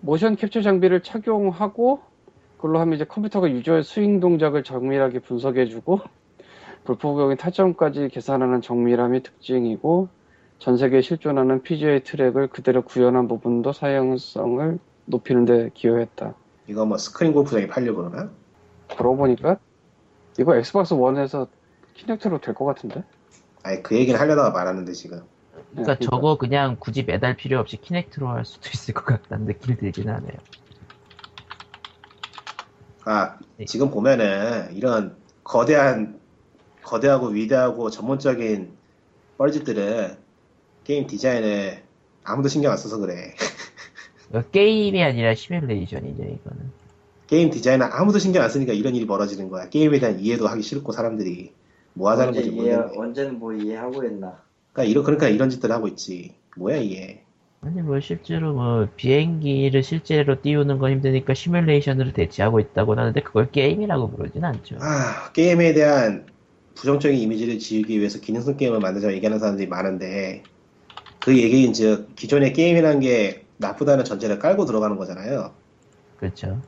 Speaker 1: 모션 캡처 장비를 착용하고 그걸로 하면 이제 컴퓨터가 유저의 스윙 동작을 정밀하게 분석해주고 불법적인 타점까지 계산하는 정밀함이 특징이고 전 세계에 실존하는 PGA 트랙을 그대로 구현한 부분도 사용성을 높이는 데 기여했다.
Speaker 4: 이거 뭐 스크린 골프장에 팔려고 그러나?
Speaker 1: 그러고 보니까 이거 엑스박스 원에서 키넥트로 될 것 같은데?
Speaker 4: 아니 그 얘기는 하려다가 말았는데 지금.
Speaker 2: 그러니까
Speaker 1: 네,
Speaker 2: 저거 그냥 굳이 매달 필요 없이 키넥트로 할 수도 있을 것 같다는 느낌이 들긴 하네요.
Speaker 4: 아
Speaker 2: 네.
Speaker 4: 지금 보면은 이런 거대한 거대하고 위대하고 전문적인 뻘짓들은 게임 디자인에 아무도 신경 안 써서 그래.
Speaker 2: 그러니까 게임이 아니라 시뮬레이션이죠 이거는.
Speaker 4: 게임 디자인에 아무도 신경 안 쓰니까 이런 일이 벌어지는 거야. 게임에 대한 이해도 하기 싫고 사람들이 뭐 하자는
Speaker 3: 언제
Speaker 4: 건지
Speaker 3: 이해
Speaker 4: 모르겠네.
Speaker 3: 언제는 뭐 이해하고 했나.
Speaker 4: 그러니까 이런 그러니까 이런 짓들 을 하고 있지. 뭐야 이게?
Speaker 2: 아니 뭐 실제로 뭐 비행기를 실제로 띄우는 건 힘드니까 시뮬레이션으로 대체하고 있다고 하는데 그걸 게임이라고 부르진 않죠.
Speaker 4: 아, 게임에 대한 부정적인 이미지를 지우기 위해서 기능성 게임을 만들자고 얘기하는 사람들이 많은데 그 얘기인 즉 기존의 게임이라는 게 나쁘다는 전제를 깔고 들어가는 거잖아요.
Speaker 2: 그렇죠.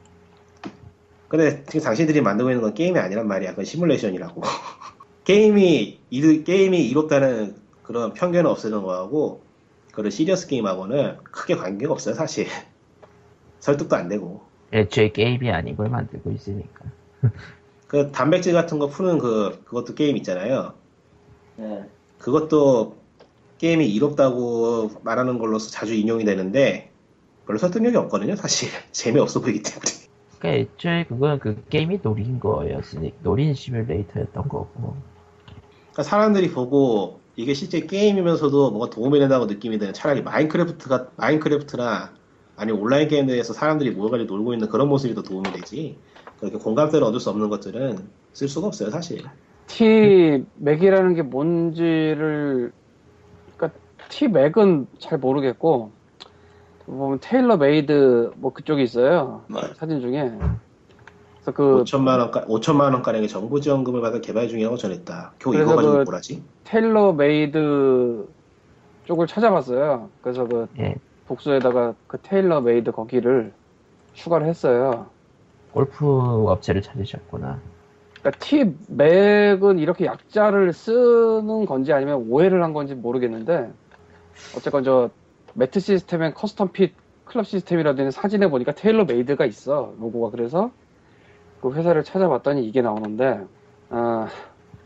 Speaker 4: 근데 지금 당신들이 만들고 있는 건 게임이 아니란 말이야. 그건 시뮬레이션이라고. 게임이 이 게임이 이롭다는 그런 편견을 없애는 거하고 그런 시리어스 게임하고는 크게 관계가 없어요, 사실. 설득도 안 되고.
Speaker 2: 애초에 게임이 아닌 걸 만들고 있으니까.
Speaker 4: 그 단백질 같은 거 푸는 그 그것도 게임 있잖아요.
Speaker 3: 예.
Speaker 4: 그것도 게임이 이롭다고 말하는 걸로서 자주 인용이 되는데 별로 설득력이 없거든요, 사실. 재미없어 보이기 때문에.
Speaker 2: 그러니까 애초에 그건 그 게임이 노린 거였으니 노린 시뮬레이터였던 거고.
Speaker 4: 그러니까 사람들이 보고 이게 실제 게임이면서도 뭔가 도움이 된다고 느낌이 드는 차라리 마인크래프트가 마인크래프트나 아니 온라인 게임들에서 사람들이 모여가지고 놀고 있는 그런 모습이 더 도움이 되지 그렇게 공감대를 얻을 수 없는 것들은 쓸 수가 없어요 사실
Speaker 1: T 맥이라는 게 뭔지를 그러니까 T 맥은 잘 모르겠고 보면 테일러 메이드 뭐 그쪽이 있어요 사진 중에 그래서 그
Speaker 4: 5천만 원가 5천만 원가량의 정부 지원금을 받아 개발 중이라고 전했다. 겨우
Speaker 1: 그래서
Speaker 4: 이거 가지고
Speaker 1: 그-
Speaker 4: 뭐라지?
Speaker 1: 테일러 메이드 쪽을 찾아봤어요 그래서 그
Speaker 2: 예.
Speaker 1: 복수에다가 그 테일러 메이드 거기를 추가를 했어요
Speaker 2: 골프 업체를 찾으셨구나.
Speaker 1: 그러니까 T 맥은 이렇게 약자를 쓰는 건지 아니면 오해를 한 건지 모르겠는데 어쨌건 저 매트 시스템엔 커스텀 핏 클럽 시스템이라든지 사진에 보니까 테일러 메이드가 있어 로고가 그래서 그 회사를 찾아봤더니 이게 나오는데 아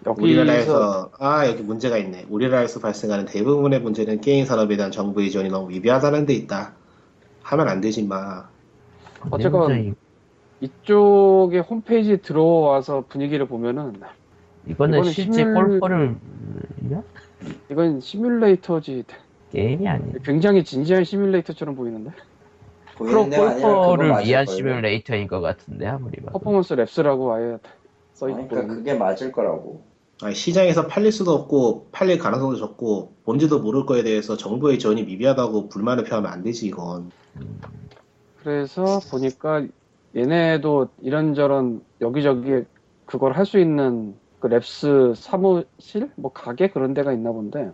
Speaker 1: 여기서
Speaker 4: 우리나라에서 아 여기 문제가 있네. 우리나라에서 발생하는 대부분의 문제는 게임 산업에 대한 정부 의존이 너무 미비하다는 데 있다. 하면 안 되지 마.
Speaker 1: 어쨌건-
Speaker 2: 굉장히-
Speaker 1: 이쪽에 홈페이지 들어와서 분위기를 보면은
Speaker 2: 이거는
Speaker 1: 이거는
Speaker 2: 실제
Speaker 1: 시뮬-
Speaker 2: 골프를 예?
Speaker 1: 이건 시뮬레이터지
Speaker 2: 게임이 아니에요.
Speaker 1: 굉장히 진지한 시뮬레이터처럼 보이는데
Speaker 3: 보이는
Speaker 2: 프로
Speaker 3: 데가 아니라 그거
Speaker 2: 골퍼를
Speaker 3: 맞을
Speaker 2: 위한
Speaker 3: 거예요.
Speaker 2: 시뮬레이터인 것 같은데 아무리 봐도.
Speaker 1: 퍼포먼스 랩스라고 아예 써있고
Speaker 3: 그러니까 그게 맞을 거라고.
Speaker 4: 아니, 시장에서 팔릴 수도 없고 팔릴 가능성도 적고 뭔지도 모를 거에 대해서 정부의 지원이 미비하다고 불만을 표하면 안 되지 이건.
Speaker 1: 아, 그래서 보니까 얘네도 이런저런 여기저기 그걸 할 수 있는 그 랩스 사무실 뭐 가게 그런 데가 있나 본데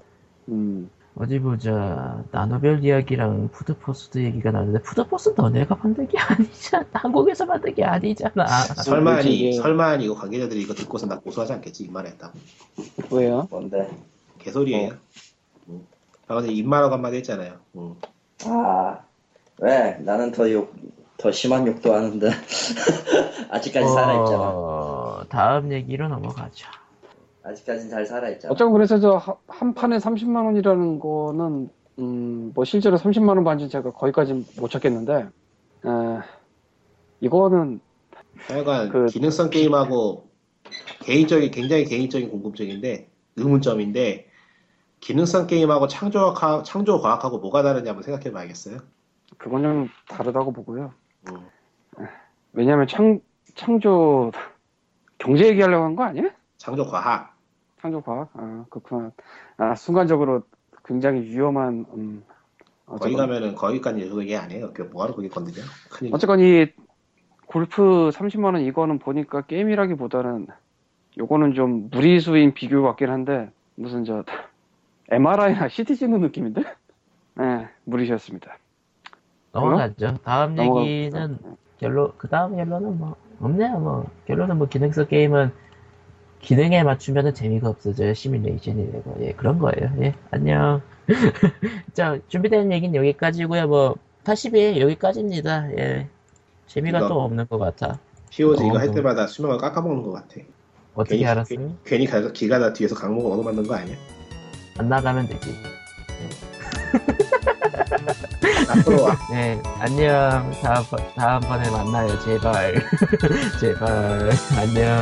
Speaker 1: 음
Speaker 2: 어디 보자. 나노별 이야기랑 푸드포스트 얘기가 나는데 푸드포스트 너네가 만든 게 아니잖아. 한국에서 만든 게 아니잖아.
Speaker 4: 설마 아니
Speaker 1: 이게-
Speaker 4: 설마 아니 이거 관계자들이 이거 듣고서 나 고소하지 않겠지 이 말했다.
Speaker 1: 왜요?
Speaker 3: 뭔데?
Speaker 1: 어.
Speaker 4: 개소리예요. 음. 방금 전에 입마라고 한마디 했잖아요. 음.
Speaker 3: 아, 왜? 나는 더 욕, 더 심한 욕도 하는데. 아직까지 살아있잖아.
Speaker 2: 어, 다음 얘기로 넘어가자.
Speaker 3: 아직까진 잘 살아있잖아.
Speaker 1: 어쩌고 그래서 저 하- 한 판에 30만 원이라는 거는 음 뭐 실제로 30만 원 반지 제가 거기까지 못 찾겠는데 아, 이거는
Speaker 4: 하여간
Speaker 1: 그-
Speaker 4: 기능성 게임하고 개인적인 굉장히 개인적인 궁금증인데 의문점인데 기능성 게임하고 창조학 창조 과학하고 뭐가 다르냐 한번 생각해봐야겠어요.
Speaker 1: 그건 좀 다르다고 보고요.
Speaker 4: 음.
Speaker 1: 왜냐하면 창 창조 경제 얘기하려고 한 거 아니야?
Speaker 4: 창조 과학.
Speaker 1: 창조과학? 아, 그렇구나. 아, 순간적으로 굉장히 위험한, 음,
Speaker 4: 거기
Speaker 1: 어쨌건,
Speaker 4: 가면은 거기까지 계속 얘기 안 해요. 그 뭐하러 거기 건드려? 큰일.
Speaker 1: 어쨌건 이 골프 30만원 이거는 보니까 게임이라기보다는 요거는 좀 무리수인 비교 같긴 한데, 무슨 저, MRI나 CT 찍는 느낌인데? 예, 무리셨습니다.
Speaker 2: 넘어가죠. 다음
Speaker 1: 넘어가-
Speaker 2: 얘기는 결론, 그 다음 결론은 뭐, 없네요. 뭐, 결론은 뭐, 기능성 게임은 기능에 맞추면 재미가 없어져요. 시뮬레이션이 되고. 예, 그런 거예요. 예, 안녕. 자, 준비된 얘기는 여기까지고요 뭐, 82 여기까지입니다. 예. 재미가
Speaker 4: 이거-
Speaker 2: 또 없는 것 같아.
Speaker 4: POG 이거
Speaker 2: 어,
Speaker 4: 할
Speaker 2: 어.
Speaker 4: 때마다 수명을 깎아먹는 것 같아.
Speaker 2: 어떻게
Speaker 4: 괜히-
Speaker 2: 알았어요?
Speaker 4: 괜히 가- 기가 다 뒤에서 강목을 얻어맞는 거 아니야?
Speaker 2: 안 나가면 되지.
Speaker 4: 앞으로 와.
Speaker 2: 네, 안녕. 다음, 번- 다음번에 만나요. 제발. 제발. 안녕.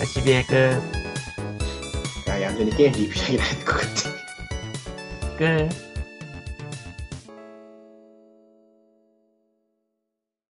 Speaker 2: 82의 끝.
Speaker 4: 야 얌전히 게임 리뷰 이야기를 할것 같아.
Speaker 2: 끝.